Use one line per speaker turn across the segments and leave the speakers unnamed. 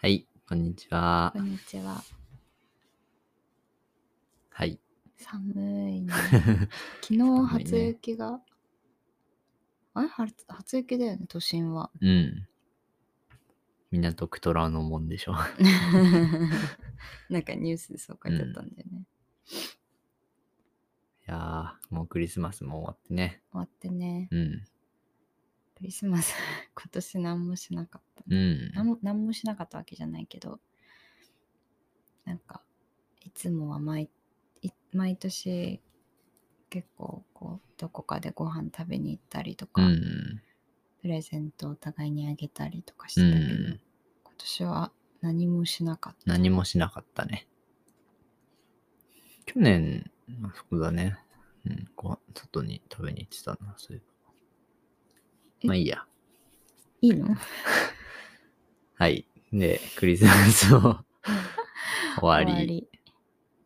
はい、こんにちは
こ。んにちは。
はい。
寒 いね。昨日初雪が、あれ初初雪だよね、都心 は。
うん。港区虎ノ門でしょ。
なんかニュースでそう書いてあったんだよね。
いやー、もうクリスマスも終わってね。
終わってね、
うん。
クリスマス 今年何もしなかった。
うん。
何も何もしなかったわけじゃないけど、なんか、いつもは毎い毎年結構こう、どこかでご飯食べに行ったりと
う
か、
ん。
プレゼントお互いにあげたりとかし
う
てたけど、
ん。
今年は何もしなかった。
何もしなかったね。去年、あそこだね。うん。ご飯外に食べに行ってたな、そういえば。まあいいや。
いいの
はい。で、クリスマスを 終わり、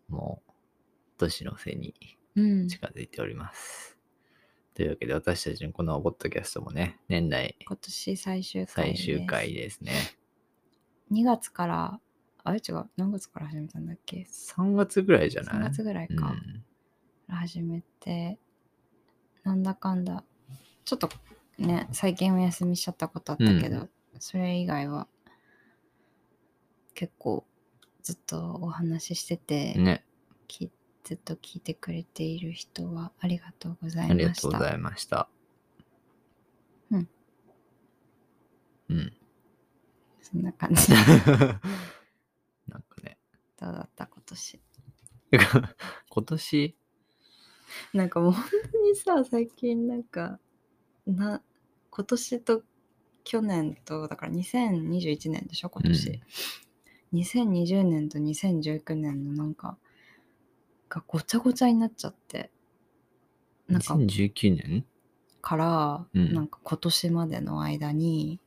もう、年の瀬に
うん。
近づいております。というわけで私たちのこのポッドキャストもね、年内
今年最終回
最
です。
終回ですね。
2月から、あれ違う、何月から始めたんだっけ
3月ぐらいじゃない
?3 月ぐらいか、始めて、なんだかんだ、ちょっとね、最近お休みしちゃったことあったけど、
う
それ以外は、結構ずっとお話ししてて、
うん。ね、
きずっと聞いてくれている人はありがとうござ
あ
い
りが
まし
とう
た。
ございました。
うん。
うん。
そんな感 じ。
なんかね、
どうだった今年。
今年、
なんかもう本当にさ最近なんかな今年と去年とだから2021年でしょ今年、2020年と2019年のなんかがごちゃごちゃになっちゃってなんか
2019年
から、
うん
なんか今年までの間に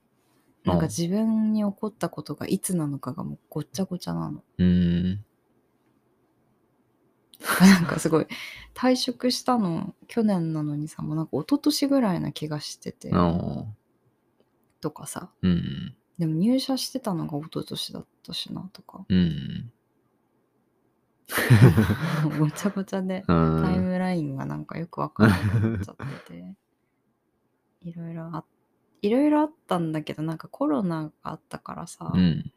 なんか自分に起こったことがいつなのかがもうごっちゃごちゃなの。
うーん。
なんかすごい退職したの去年なのにさもうなんか一昨年ぐらいな気がしてて、
あ
とかさ
ーうん。
でも入社してたのが一昨年だったしなとか
うん。
ごちゃごちゃで
う
タイ
ん。
ムラインがなんかよくわかんなくなっちゃってていろいろあいろいろあったんだけどなんかコロナがあったからさ、
うん。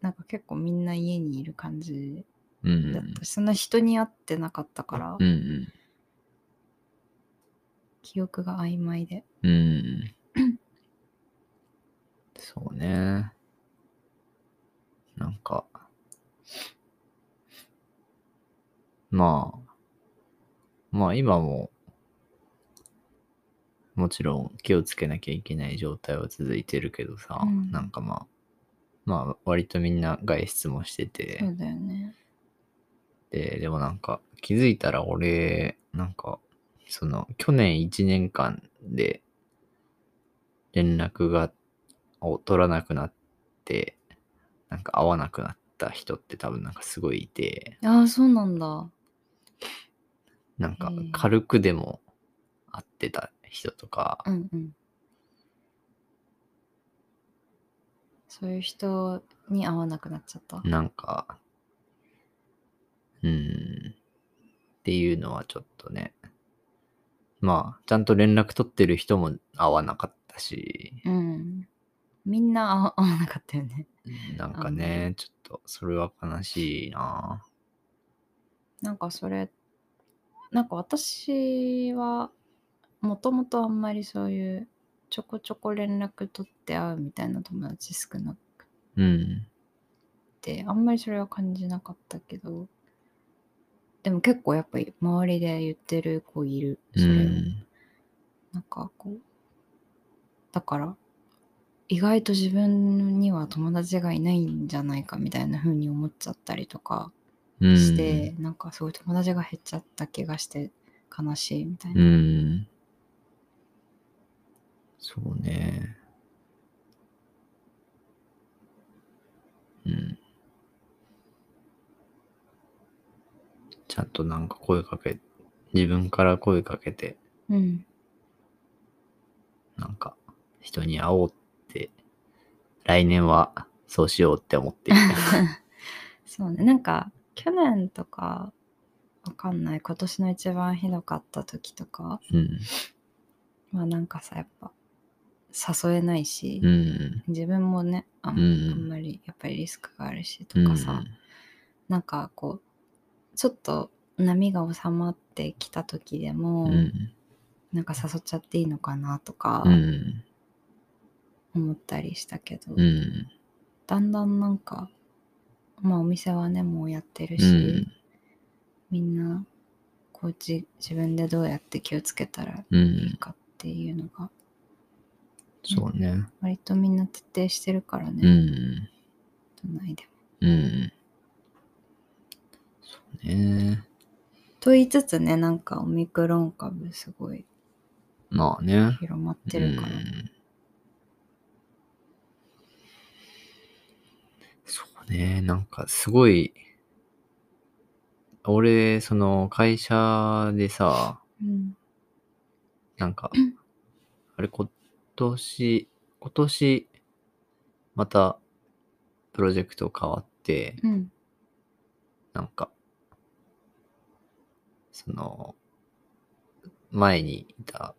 なんか結構みんな家にいる感じ
う
だっ
ん。
たし、そんな人に会ってなかったから、
うん。
記憶が曖昧で
うん。そうね。なんか、まあ、まあ今も、もちろん気をつけなきゃいけない状態は続いてるけどさ、
うん
なんかまあ、まあ割とみんな外出もしてて、
そうだよね
で、でもなんか気づいたら俺、なんか、その去年1年間で連絡が、を取らなくなって、なんか会わなくなった人って多分なんかすごいいて、
ああそうなんだ
なんか
へえ
軽くでも会ってた人とか
う、んうんそういう人に会わなくなっちゃった、
なんか、うん、っていうのはちょっとね、まあ、ちゃんと連絡取ってる人も会わなかったし、
うん。みんな合わ合わなかったよね。
なん
あ
か
んまり
ね、ちょっと、それは悲しいな
なんかそれ、なんか私は、もともとあんまりそういう、ちょこちょこ連絡取って会うみたいな友達少なく
うん。
て、あんまりそれは感じなかったけど、でも結構やっぱり周りで言ってる子いる。
う
それを
ん。
なんかこう、だから、意外と自分には友達がいないんじゃないかみたいな風に思っちゃったりとか、
うん
して、なんかすごい友達が減っちゃった気がして悲しいみたいな。
うん。そうね。うん。ちゃんとなんか声かけ、自分から声かけて、
うん。
なんか、人に会おうって来年はそうしようって思っている。
そうねなんか去年とかわかんない今年の一番ひどかった時とか
うん。
まあなんかさやっぱ誘えないし、
うん。
自分もねあ,、、
うん
あん
ん。
まりやっぱりリスクがあるしとかさ、なんかこうちょっと波が収まってきた時でも、
うん。うん。
なんか誘っちゃっていいのかなとか
うん。
思ったりしたけど、
うん。
だんだんなんかまあお店はねもうやってるし、
うん。
みんなこうじ自分でどうやって気をつけたら
う
いい
ん。
かっていうのが
そうね。
割とみんな徹底してるから
う
ね、
ん。
都内でも。
うん。そうね。
と言いつつねなんかオミクロン株すごい
まあね。
広まってるから、
うんそうね、なんかすごい、俺、その会社でさ、
うん
なんか、あれ、今年、今年、また、プロジェクト変わって、
うん
なんか、その、前にいた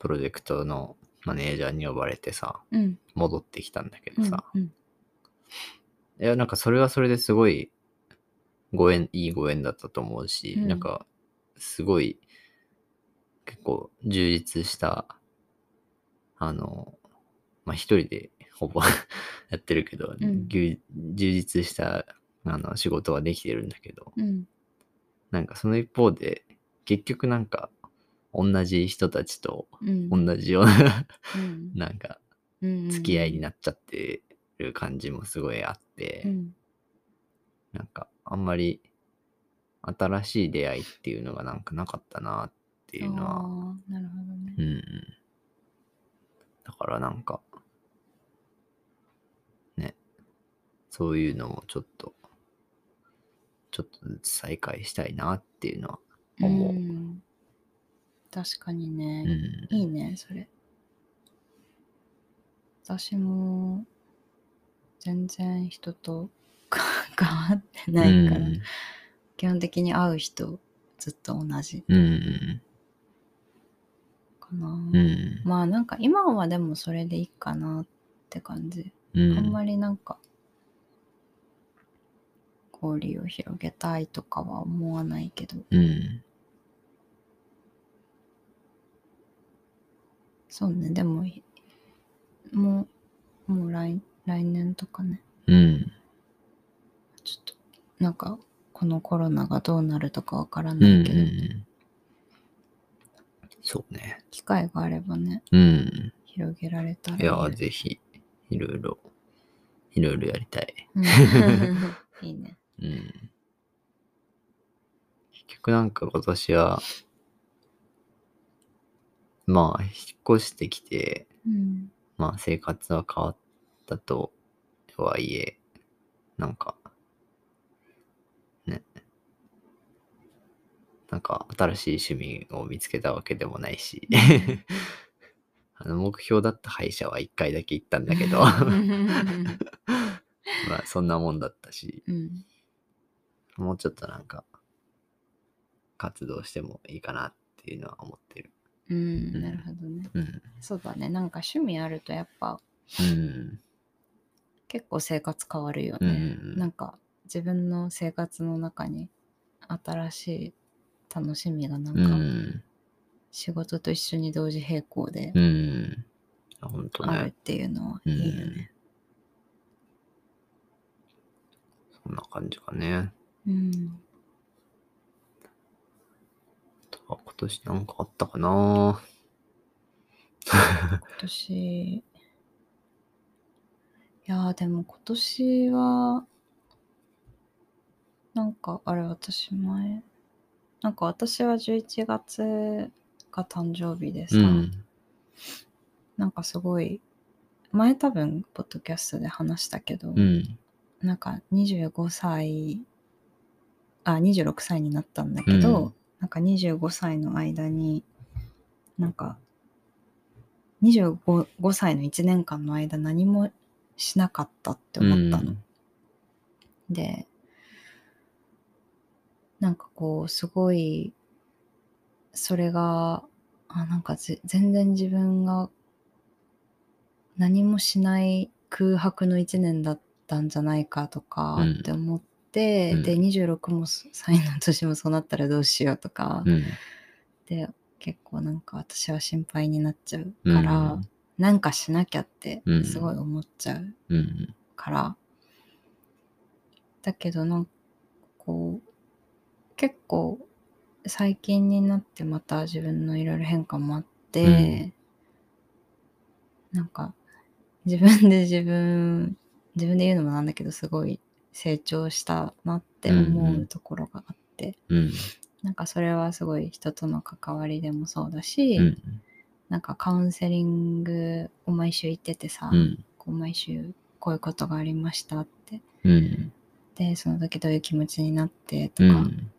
プロジェクトのマネージャーに呼ばれてさ、
うん
戻ってきたんだけ
う
ど
ん
さ、
うん
いやなんかそれはそれですごいご縁いいご縁だったと思うし、
うん
なんかすごい結構充実したあのまあ一人でほぼやってるけど、
うん
ぎゅ充実したあの仕事はできてるんだけど
うん
なんかその一方で結局なんか同じ人たちと
うん
同じような
うん
なんか
うん
付き合いになっちゃってる感じもすごいあって、
うん
なんかあんまり新しい出会いっていうのがなんかなかったなっていうのは、
あーなるほどね
うんうん、だからなんかねそういうのもちょっとちょっとずつ再開したいなっていうのは思うん
確かに
う
ね、
ん
いいねそれ私も全然人と変わってないから、
うん
基本的に会う人ずっと同じ
うん
かな、
うん
まあなんか今はでもそれでいいかなって感じ、
うん
あんまりなんか交流を広げたいとかは思わないけど
うん
そうねでもいもうもう来来年とかね
うん
ちょっとなんかこのコロナがどうなるとかわから
うんう
ない
ん
け
う
ど、
んそうね
機会があればね
うん
広げられたら
い
ね、
やー、ぜひ、いろいろ、いろいろやりたい。
うん いいね
うん。結局なんか今年は、まあ、引っ越してきて、
うん
まあ、生活は変わったとはいえ、なんか、ね。なんか、新しい趣味を見つけたわけでもないし、 あの、目標だった歯医者は一回だけ行ったんだけど、
う
まあそんなもんだったし、
ん
もうちょっとなんか、活動してもいいかなっていうのは思ってる。
うんなるほどね
うん。
そうだねなんか趣味あるとやっぱ
うん。
結構生活変わるよ
う
ね、
ん。
なんか自分の生活の中に新しい楽しみがなん
う
か、
ん。
仕事と一緒に同時並行で
うん。あほんと
あるっ
ね。
ていうのは
う
いいよね。
ん。そんな感じかね。
うん、
あとは今年なんかあったかな
今年いやーでも今年はなんかあれ私前なんか私は11月が誕生日でさ、
うん。
なんかすごい前多分ポッドキャストで話したけど、
うん。
なんか25歳あ26歳になったんだけど、
うん
なんか25歳の間になんか25 5歳の1年間の間何もしなかったって思ったの。
うん
でなんかこうすごいそれがあなんかぜ全然自分が何もしない空白の1年だったんじゃないかとか
うん
って思って、
うん
で26もそ 歳の年もそうなったらどうしようとか、
うん
で結構なんか私は心配になっちゃうから、なんかしなきゃって
うん
すごい思っちゃう
うん
からだけどなんかこう結構最近になってまた自分のいろいろ変化もあって、なんか自分で自分自分で言うのもなんだけどすごい成長したなって思
んう
うんうところがあって、
うん
なんかそれはすごい人との関わりでもそうだし、
うん
なんかカウンセリングを毎週行っててさ、
うん
こう毎週こういうことがありましたって
うん
でその時どういう気持ちになってと
う
か、
ん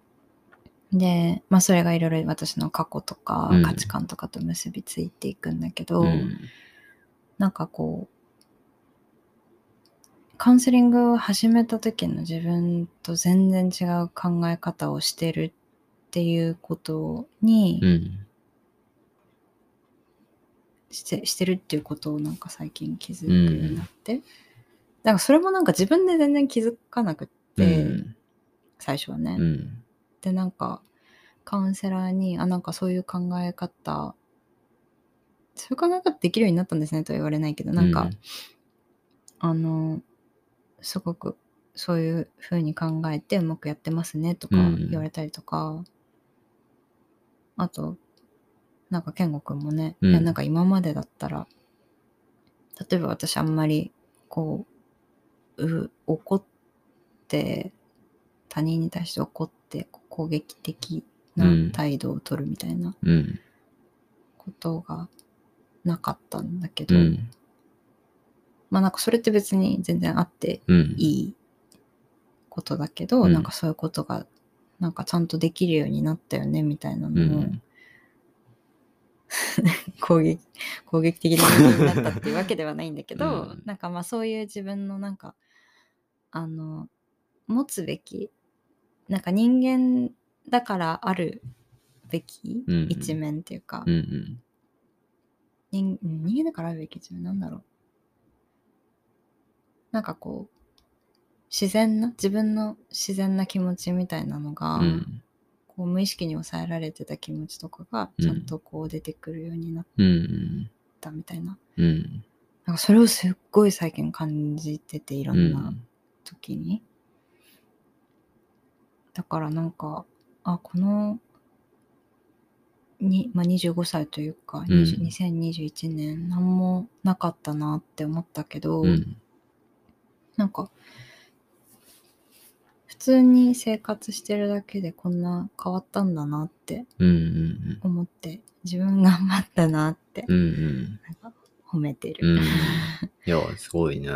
で、まあ、それがいろいろ私の過去とか
うん
価値観とかと結びついていくんだけど、
うん
なんかこうカウンセリングを始めた時の自分と全然違う考え方をしてるっていうことに、
うん
してしてるっていうことをなんか最近気づくようになって、だからそれもなんか自分で全然気づかなくって、
うん
最初はね。
うん
でなんかカウンセラーに「あなんかそういう考え方そういう考え方できるようになったんですね」とは言われないけどなんか、
うん
あのすごくそういう風に考えてうまくやってますねとか
うん
言われたりとか、あとなんか健吾くんもね、
うん
いやなんか今までだったら例えば私あんまりこうう怒って他人に対して怒ってこう攻撃的な
うん
態度を取るみたいな
うん
ことがなかったんだけど、
うん
まあなんかそれって別に全然あって
うん
いいことだけど、
うん
なんかそういうことがなんかちゃんとできるようになったよねみたいな
う
のを
ん
攻撃攻撃的な人間になったっていうわけではないんだけど、
うん
なんかまあそういう自分のなんかあの持つべきなんか人間だからあるべき
うん
一面っていうか、
うん
人人間だからあるべき一面なんだろうなんかこう自然な自分の自然な気持ちみたいなのが、
うん
こう無意識に抑えられてた気持ちとかがちゃんとこう出てくるようになっ
うん
たみたいな、
うん
なんかそれをすっごい最近感じてていろ
うんん
な時に、だからなんかあこのに、まあ、25歳というか、20 2021年何もなかったなって思ったけど、
うん
なんか普通に生活してるだけでこんな変わったんだなって
うんうん
思って自分頑張ったなって
うんうん
褒めて
うん
る。
いやすごいね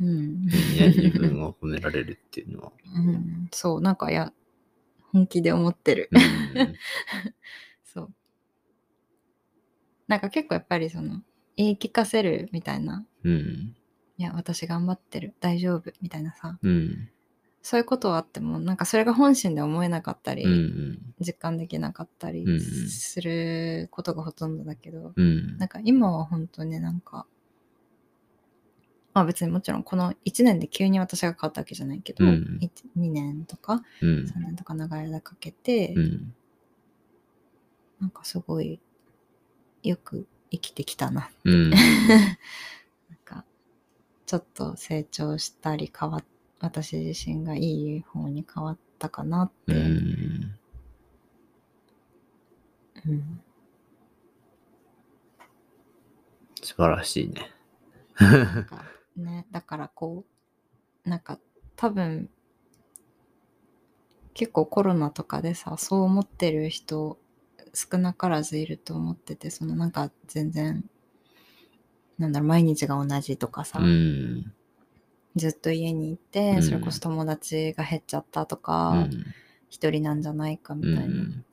うん
いいね自分を褒められるっていうのは
うん、そう、なんか、いや、本気で思ってる。
うん
そう。なんか結構やっぱりその、言い聞かせるみたいな、
うん
いや、私頑張ってる、大丈夫、みたいなさ、
うん
そういうことはあっても、なんかそれが本心で思えなかったり、
うんうん
実感できなかったり
うんうん
することがほとんどだけど、
うん
なんか今は本当になんか、まあ別にもちろんこの1年で急に私が変わったわけじゃないけど、
うん
2年とか
うん
3年とか長い間かけて、
うん
なんかすごいよく生きてきたな。
うん
なんかちょっと成長したり変わっ私自身がいい方に変わったかなって、
うん
うん
素晴らしいね
なんかね、だからこうなんか多分結構コロナとかでさそう思ってる人少なからずいると思っててそのなんか全然なんだろう毎日が同じとかさ、
うん
ずっと家にいうて
ん
それこそ友達が減っちゃったと
う
か
ん
一、人なんじゃないかみ
う
たいな、
ん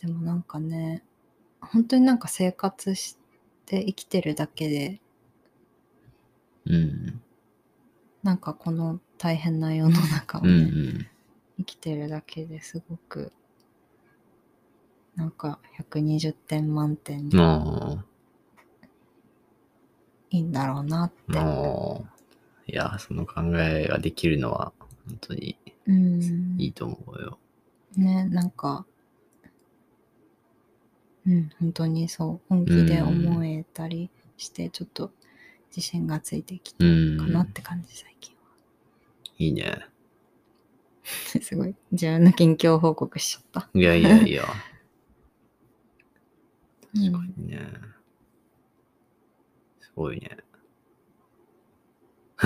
でもなんかね本当になんか生活して生きてるだけで
うん。
なんかこの大変な世の中を
う
ね、
ん
生きてるだけですごくなんか120点満点
うん。
に
あ
いいんだろうなって、
あ、もう、いや、その考えができるのは、本当に
うん
いいと思うよ。
ねなんかうん本当にそう本気で思えたりしてちょっと自信がついてきた
う
かなんっ。て感じ最近
いいね。
はすごい自分の近況報告しちゃった、
いやいやいや。
うん
いいね。すごいね。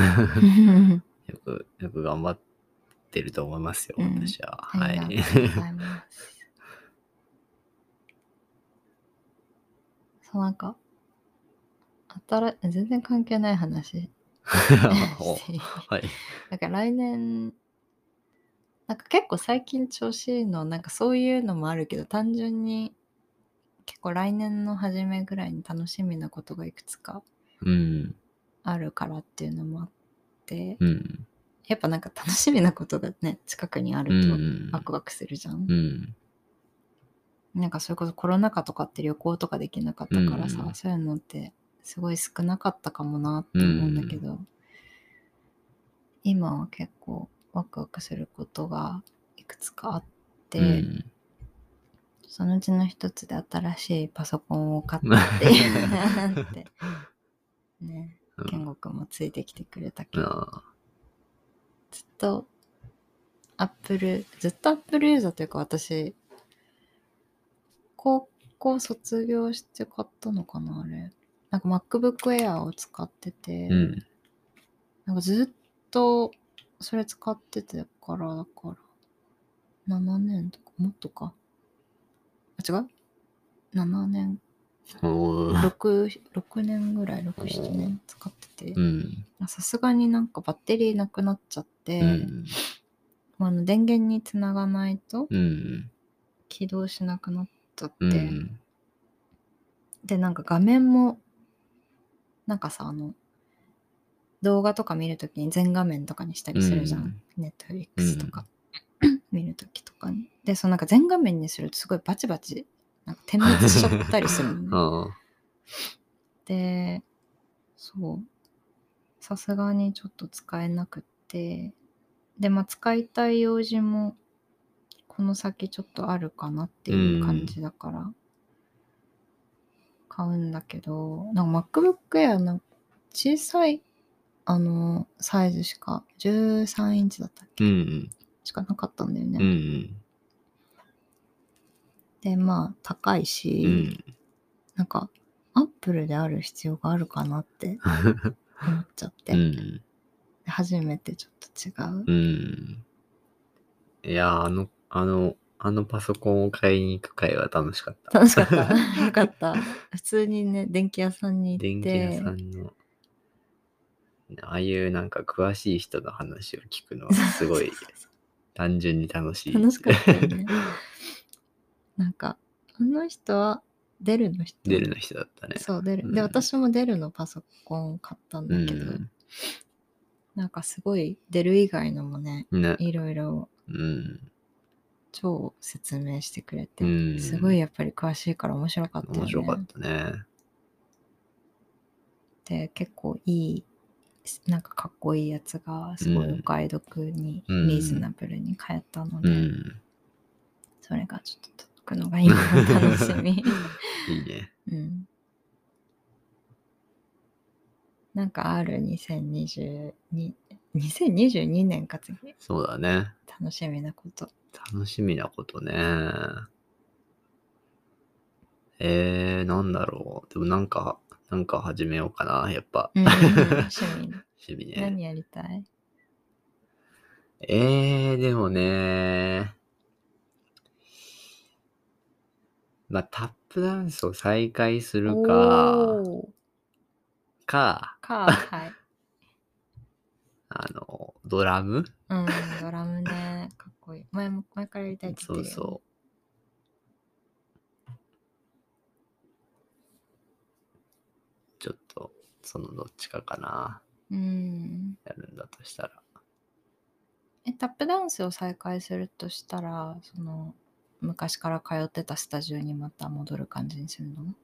よく、よく頑張ってると思いますよ、
うん
私は。
あ
は
り
い
が。とうございます。そう、なんか、新全然関係ない話
お
していい。
はい。
なんか来年、なんか結構最近調子いいの、なんかそういうのもあるけど、単純に結構来年の初めぐらいに楽しみなことがいくつか
うん。
あるからっていうのもあって、
うん。
やっぱなんか楽しみなことがね、近くにあ
う
ると
ん。
ワクワクするじゃん
うん。
なんかそれこそコロナ禍とかって旅行とかできなかったからさ、
うんうん
そういうのってすごい少なかったかもなって思うんだけど、今は結構ワクワクすることがいくつかあって、
うん
そのうちの一つで新しいパソコンを 買ったっていうってね
うん
健吾くんもついてきてくれたけど、
あ
ずっとアップルずっとアップルユーザーというか私高校卒業して買ったのかなあれなんか MacBook Air を使ってて、
ーうん。
なんかずっとそれ使ってたからだから7年とかもっとかあ違う7年
おー
66年ぐらい67年使ってて
うん。
さすがになんかバッテリーなくなっちゃって、
うん。
まあ、あの電源につながないと
うん。
起動しなくなっちゃって、
うん。
でなんか画面もなんかさあの動画とか見るときに全画面とかにしたりするじゃん、ネットフリックスとか、 見るときとかにでそのなんか全画面にするとすごいバチバチなんか点滅しちゃったりするのね
ああ。
でそうさすがにちょっと使えなくってでまあ使いたい用事もこの先ちょっとあるかなっていう感じだから、買うんだけどなんか MacBook Air なんか小さいあのサイズしか13インチだったっけ
うん。
しかなかったんだよね、
うん。
でまあ高いし、
うん。
なんかアップルである必要があるかなって思っちゃって、
うん。
初めてちょっと違う。
うん。いやー、あの、あの、あのパソコンを買いに行く会は楽しかった。
楽し かった。よかった。普通にね、電気屋さんに行
電
っ
気
て。
屋さんの、ああいうなんか詳しい人の話を聞くのはす ごい単純に楽しい。
楽しかったよ ね。なんか、あの人はデルの人。
デルの人だったね。
そう、デル。
う
で、
ん
私もデルのパソコンを買ったんだ
う
けど、
ん。
なんかすごいデル以外のもね、
ね。
いろいろ
うん。
超説明してくれ
う
て、
ん。
すごいやっぱり詳しいから面白かったよね。
面白かったね。
で結構いいなんかかっこいいやつがすごいお買い得に、
うん
リーズナブルに買えたの
う
で、
ん。
それがちょっと届くのが今の楽しみ、
いいね。
うん、なんかある2022 2022年か次
そうだね。
楽しみなこと
楽しみなことね。えー、なんだろう。でもなんか、なんか始めようかな、やっぱ。
うん趣 味
趣味ね。
何やりたい
えー、でもね。まあ、タップダンスを再開するか、
おー
か、
かはい、
あの、ドラム
うん、ドラムねかっこいい前も前からやりたいって
そ
言っ
う
てるよね
そう。ちょっと、そのどっちかかな。
ううん
やるんだとしたら。
えタップダンスを再開するとしたらその昔から通ってたスタジオにまた戻る感じにするの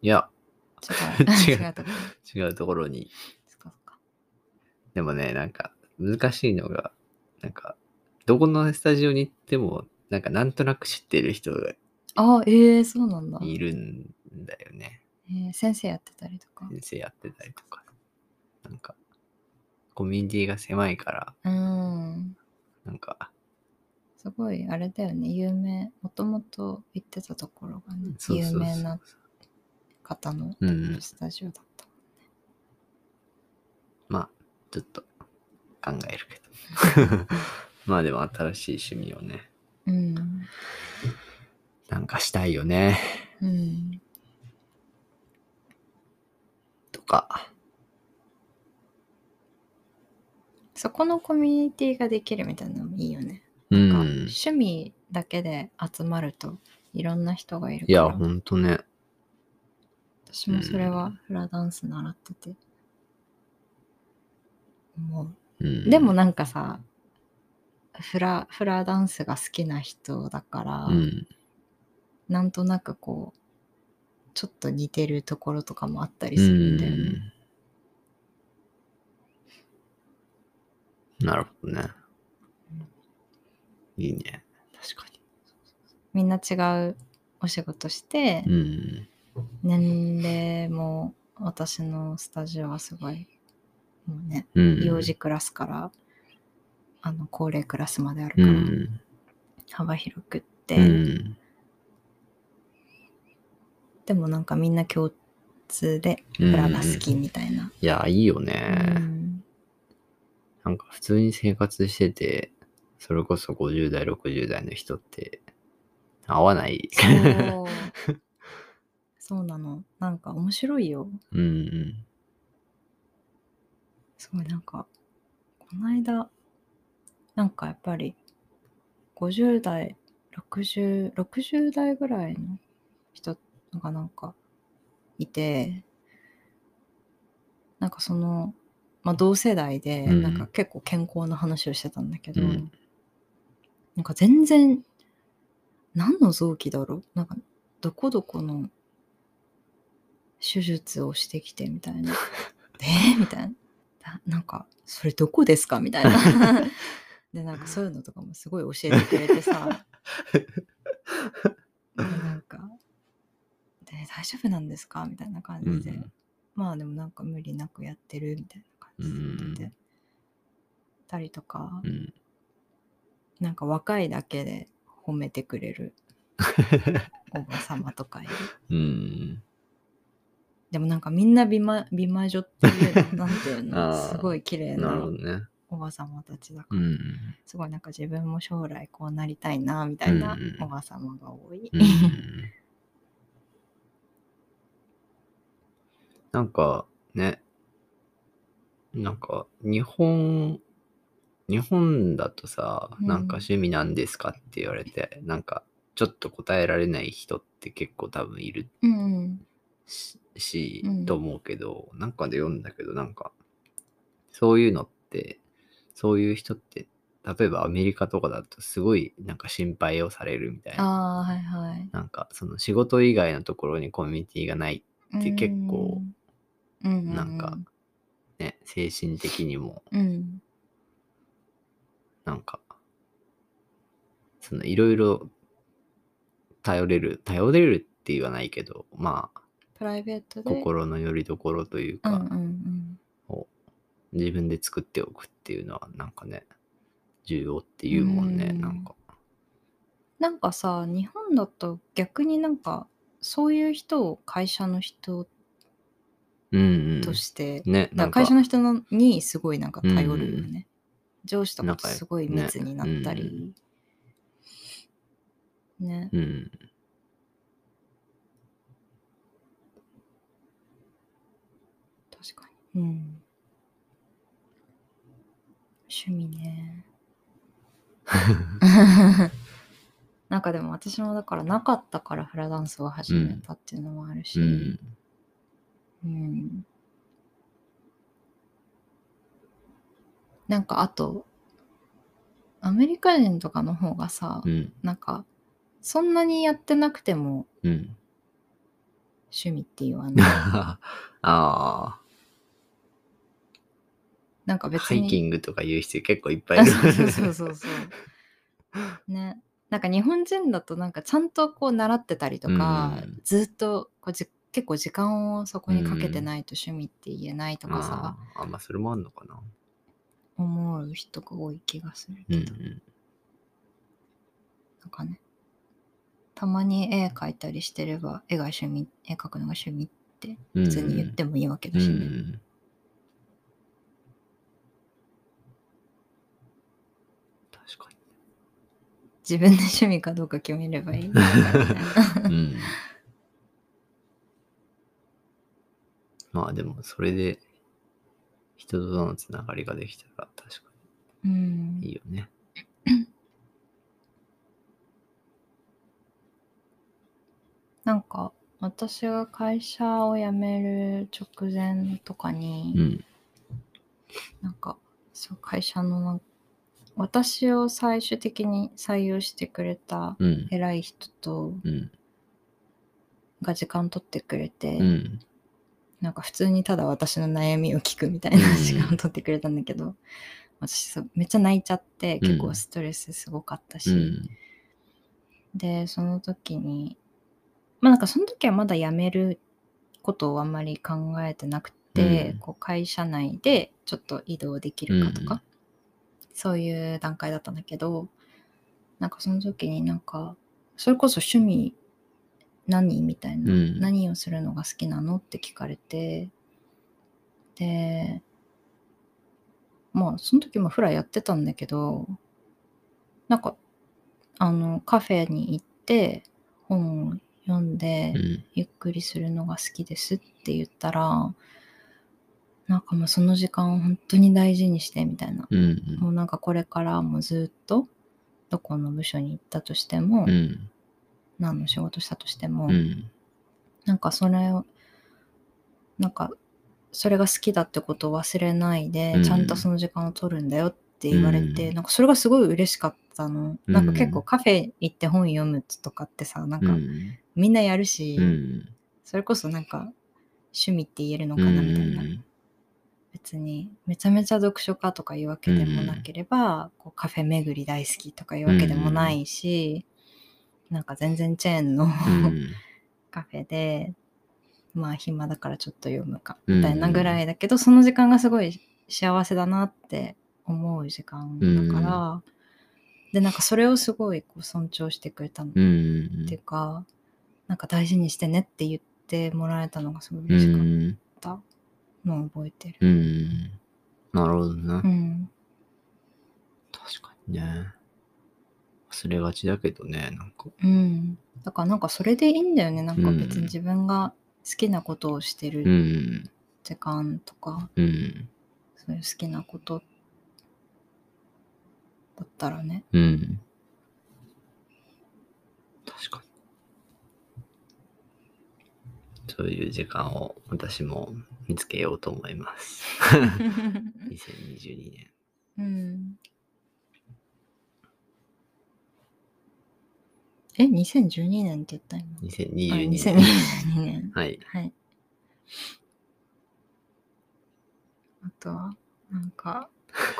い や、
違う
違う
違うとこ
違うところに。
そっかそっか
でもね、なんか、難しいのが、なんか、どこのスタジオに行っても、なんか、なんとなく知ってる人が
あええそうなんだ、え
いるんだよね。
ー先生やってたりとか
先生やってたりとか。なんか、コミュニティが狭いから、
うん
なんか、
すごいあれだよね有名もともと行ってたところがね
そうそうそう
有名な方の
うん
スタジオだった、
まあ、ちょっと考えるけど。 まあでも新しい趣味をね、
うん
なんかしたいよね、
うん
とか。
そこのコミュニティができるみたいなのもいいよね、
う
なんか
ん。
趣味だけで集まるといろんな人がいる
い
か
や、
ら
ほんとね。
私もそれ
う
は
ん
フラダンス習ってて思う
うん、
でもなんかさフラフラダンスが好きな人だから、
うん。
なんとなくこうちょっと似てるところとかもあったり
う
するんだよね。
ん。なるほどね。いいね。確か
みんな違うお仕事して、
に。うん。
年齢も私のスタジオはすごいもうね
うん。
幼児クラスからあの高齢クラスまである
う
から、
ん。
幅広くっ
う
て、
ん。
でもなんかみんな共通でフラが好きみたいな。
いや、いいよ
う
ね。
ん
なんか普通に生活してて、それこそ50代、60代の人って、合わない。
そうそうなのなんか面白いよ。
うんうん。
すごいなんかこの間なんかやっぱり50代6060代ぐらいの人がなんかいてなんかその、まあ、同世代で
うん
なんか結構健康の話をしてたんだけど、
うん
なんか全然何の臓器だろうなんかどこどこの手術をしてきてみたい なえーみたいなななんかそれどこですかみたいな でなんかそういうのとかもすごい教えてくれ てさでなんかで大丈夫なんですかみたいな感
うん
じで、まあでもなんか無理なくやってるみたいな感じで言って
うん
たりとか
う、 ん。
なんか若いだけで褒めてくれるおばさまとか いる
うん。
でもなんかみんな美魔美魔女っていうのなんていうの
あー
すごい綺麗
なるほ
な
どね。
おばさまたちだか
う
ら、
ん。
すごいなんか自分も将来こうなりたいなみたいな
うんうん
おばさまが多い、
うん なんかね、なんか日本、日本だとさ、
うん
なんか趣味なんですかって言われて、なんかちょっと答えられない人って結構多分いる
うん
しし、
うん
と思うけどなんかで読んだけどなんかそういうのってそういう人って例えばアメリカとかだとすごいなんか心配をされるみたいな
ああはいはい
なんかその仕事以外のところにコミュニティがない、で結構
うん、うんうんうん
なんかね、精神的にも
うん
なんかそのいろいろ頼れる頼れるって言わないけどまあ
プライベートで
心の拠り所という
う
か、
んうんうん
自分で作っておくっていうのはなんかね重要っていうもんね
うん
なんか
なんかさ日本だと逆になんかそういう人を会社の人
うん
として、
うんね
だ
なん
から
か
会社の人のにすごいなんか頼るよ
うん
ね、上司とかとすごい密になったりね
うん
確かにうん趣味ねなんかでも私もだからなかったからフラダンスを始めたっていうのもあるし、
うん
うんなんかあとアメリカ人とかの方がさ、
うん、
なんかそんなにやってなくても
うん。
趣味って言わない
あ あ
なんか
ー、
別
ハ
に
イキングとか言う人結構いっぱい
あ
いる。
そうそうそうそうそう。ね。なんか日本人だとなんかちゃんとこう習ってたりとか、
うん
ずっとこうじ結構時間をそこにかけてないと趣味って言えないとかさ、
あーあ、まあそれもあんのかな。
思う人が多い気がする
うん
けど、なんかねたまに絵描いたりしてれば絵が趣味絵描くのが趣味って
うん。
普通に言ってもいいわけだ
う
しね、
ん。確か
自分の趣味かどうか決めればいいんだか らね
に。うん。まあでも、それで、人とのつながりができたら確か
うん
にいいよね。
なんか私が会社を辞める直前とかに、
うん。
なんかそう会社のなん私を最終的に採用してくれた
うん。
偉い人と
うん。
が時間取ってくれて、
うん。
なんか普通にただ私の悩みを聞くみたいな
うん
時間を取ってくれたんだけど、私そうめっちゃ泣いちゃって結
う
構
ん
ストレスすごかった
う
し、
ん。
でその時にまあなんかその時はまだ辞めることをあんまり考えてなくて、
うん
こう会社内でちょっと移動できるかとか、
うん
そういう段階だったんだけどなんかその時になんかそれこそ趣味何みたいな、
うん
何をするのが好きなのって聞かれてでまあその時もフラやってたんだけどなんかあのカフェに行って本を読んで、
うん。
ゆっくりするのが好きですって言ったらなんかもうその時間を本当に大事にしてみたいな、
うん。
もうなんかこれからもずっとどこの部署に行ったとしても、
うん。
何の仕事したとしても、
うん。
なんかそれをなんかそれが好きだってことを忘れないで、
うん
ちゃんとその時間を取るんだよって言われて、
う
なんかそれがすごい嬉しかったの、
うん
なんか結構カフェ行って本読むとかってさなん
う
か
ん。
みんなやるし、
うん。
それこそなんか趣味って言えるの
う
かなみたいな、
ん。
別にめちゃめちゃ読書家とかいうわけでもなければ、こうカフェ巡り大好きとかいうわけでもないし、なんか全然チェーンの、
うん。
カフェでまあ暇だからちょっと読むか
うん
みたいなぐらいだけど、その時間がすごい幸せだなって思う時間だから、でなんかそれをすごいこう尊重してくれたの、
う
っ
ん。
ていうかなんか大事にしてねって言ってもらえたのがすごい嬉しかっ
ん。
たのを覚えてる。
うん。なるほどね。
うん、
確かにね。忘れがちだけどね、なんか。
うん、だからなんかそれでいいんだよねなんか別
うん
に自分が好きなことをして
う
る
ん。
時間とか、
うん。
そういう好きなことだったらね。
うん。確かに。そういう時間を私も見つけようと思い ます。2022年。
うん、え、2012年って言った今。あ
2022
2022
年。
年。
はい。
はい。あとは、なん か、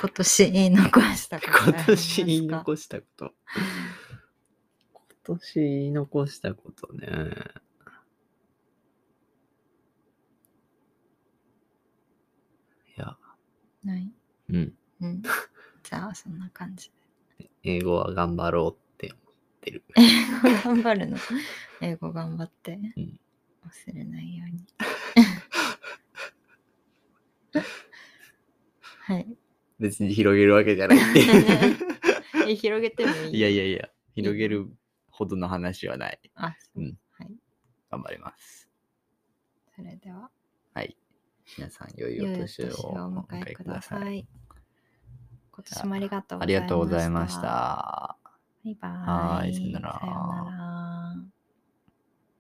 今年言い残したことあ り
今
ますか。
年言い残したこと。今年言い残したことね。いや、
ない。
うん。
うん。じゃあ、そんな感じ。
英語は頑張ろうって思ってる。
頑張るの。英語頑張って。
うん
忘れないように。はい。
別に広げるわけじ ゃないっていう
え、広げてもいい
いやいやいや、広げるほどの話はない。
あ、そう
うん
はい。
頑張ります。
それでは、
はい。皆さん、良い
良
お
いお
年
年
を
を
お
お
迎
迎
え
え
く
く
だ
だ
さ
さ
い。
い。今年もありがとう
ありがとうございまし
ござい
た。
ましたバイバイ。
はーいさよなら
さよなら